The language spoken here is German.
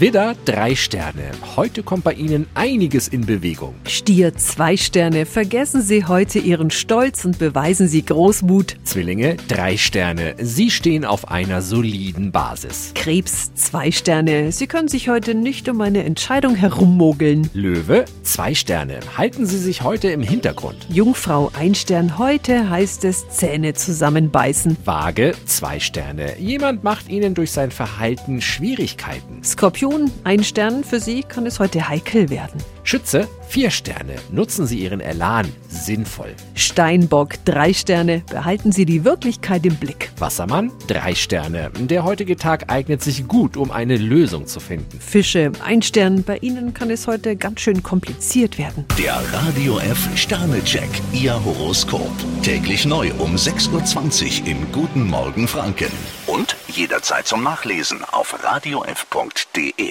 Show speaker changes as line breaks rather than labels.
Widder, drei Sterne. Heute kommt bei Ihnen einiges in Bewegung.
Stier zwei Sterne, vergessen Sie heute Ihren Stolz und beweisen Sie Großmut.
Zwillinge, drei Sterne. Sie stehen auf einer soliden Basis.
Krebs zwei Sterne, Sie können sich heute nicht um eine Entscheidung herummogeln.
Löwe, zwei Sterne. Halten Sie sich heute im Hintergrund.
Jungfrau ein Stern, heute heißt es Zähne zusammenbeißen.
Waage, zwei Sterne. Jemand macht Ihnen durch sein Verhalten Schwierigkeiten.
Skorpion ein Stern, für Sie kann es heute heikel werden.
Schütze, vier Sterne. Nutzen Sie Ihren Elan sinnvoll.
Steinbock drei Sterne, behalten Sie die Wirklichkeit im Blick.
Wassermann, drei Sterne. Der heutige Tag eignet sich gut, um eine Lösung zu finden.
Fische ein Stern, bei Ihnen kann es heute ganz schön kompliziert werden.
Der Radio F Sternecheck, Ihr Horoskop. Täglich neu um 6.20 Uhr im Guten Morgen Franken. Und jederzeit zum Nachlesen auf radiof.de.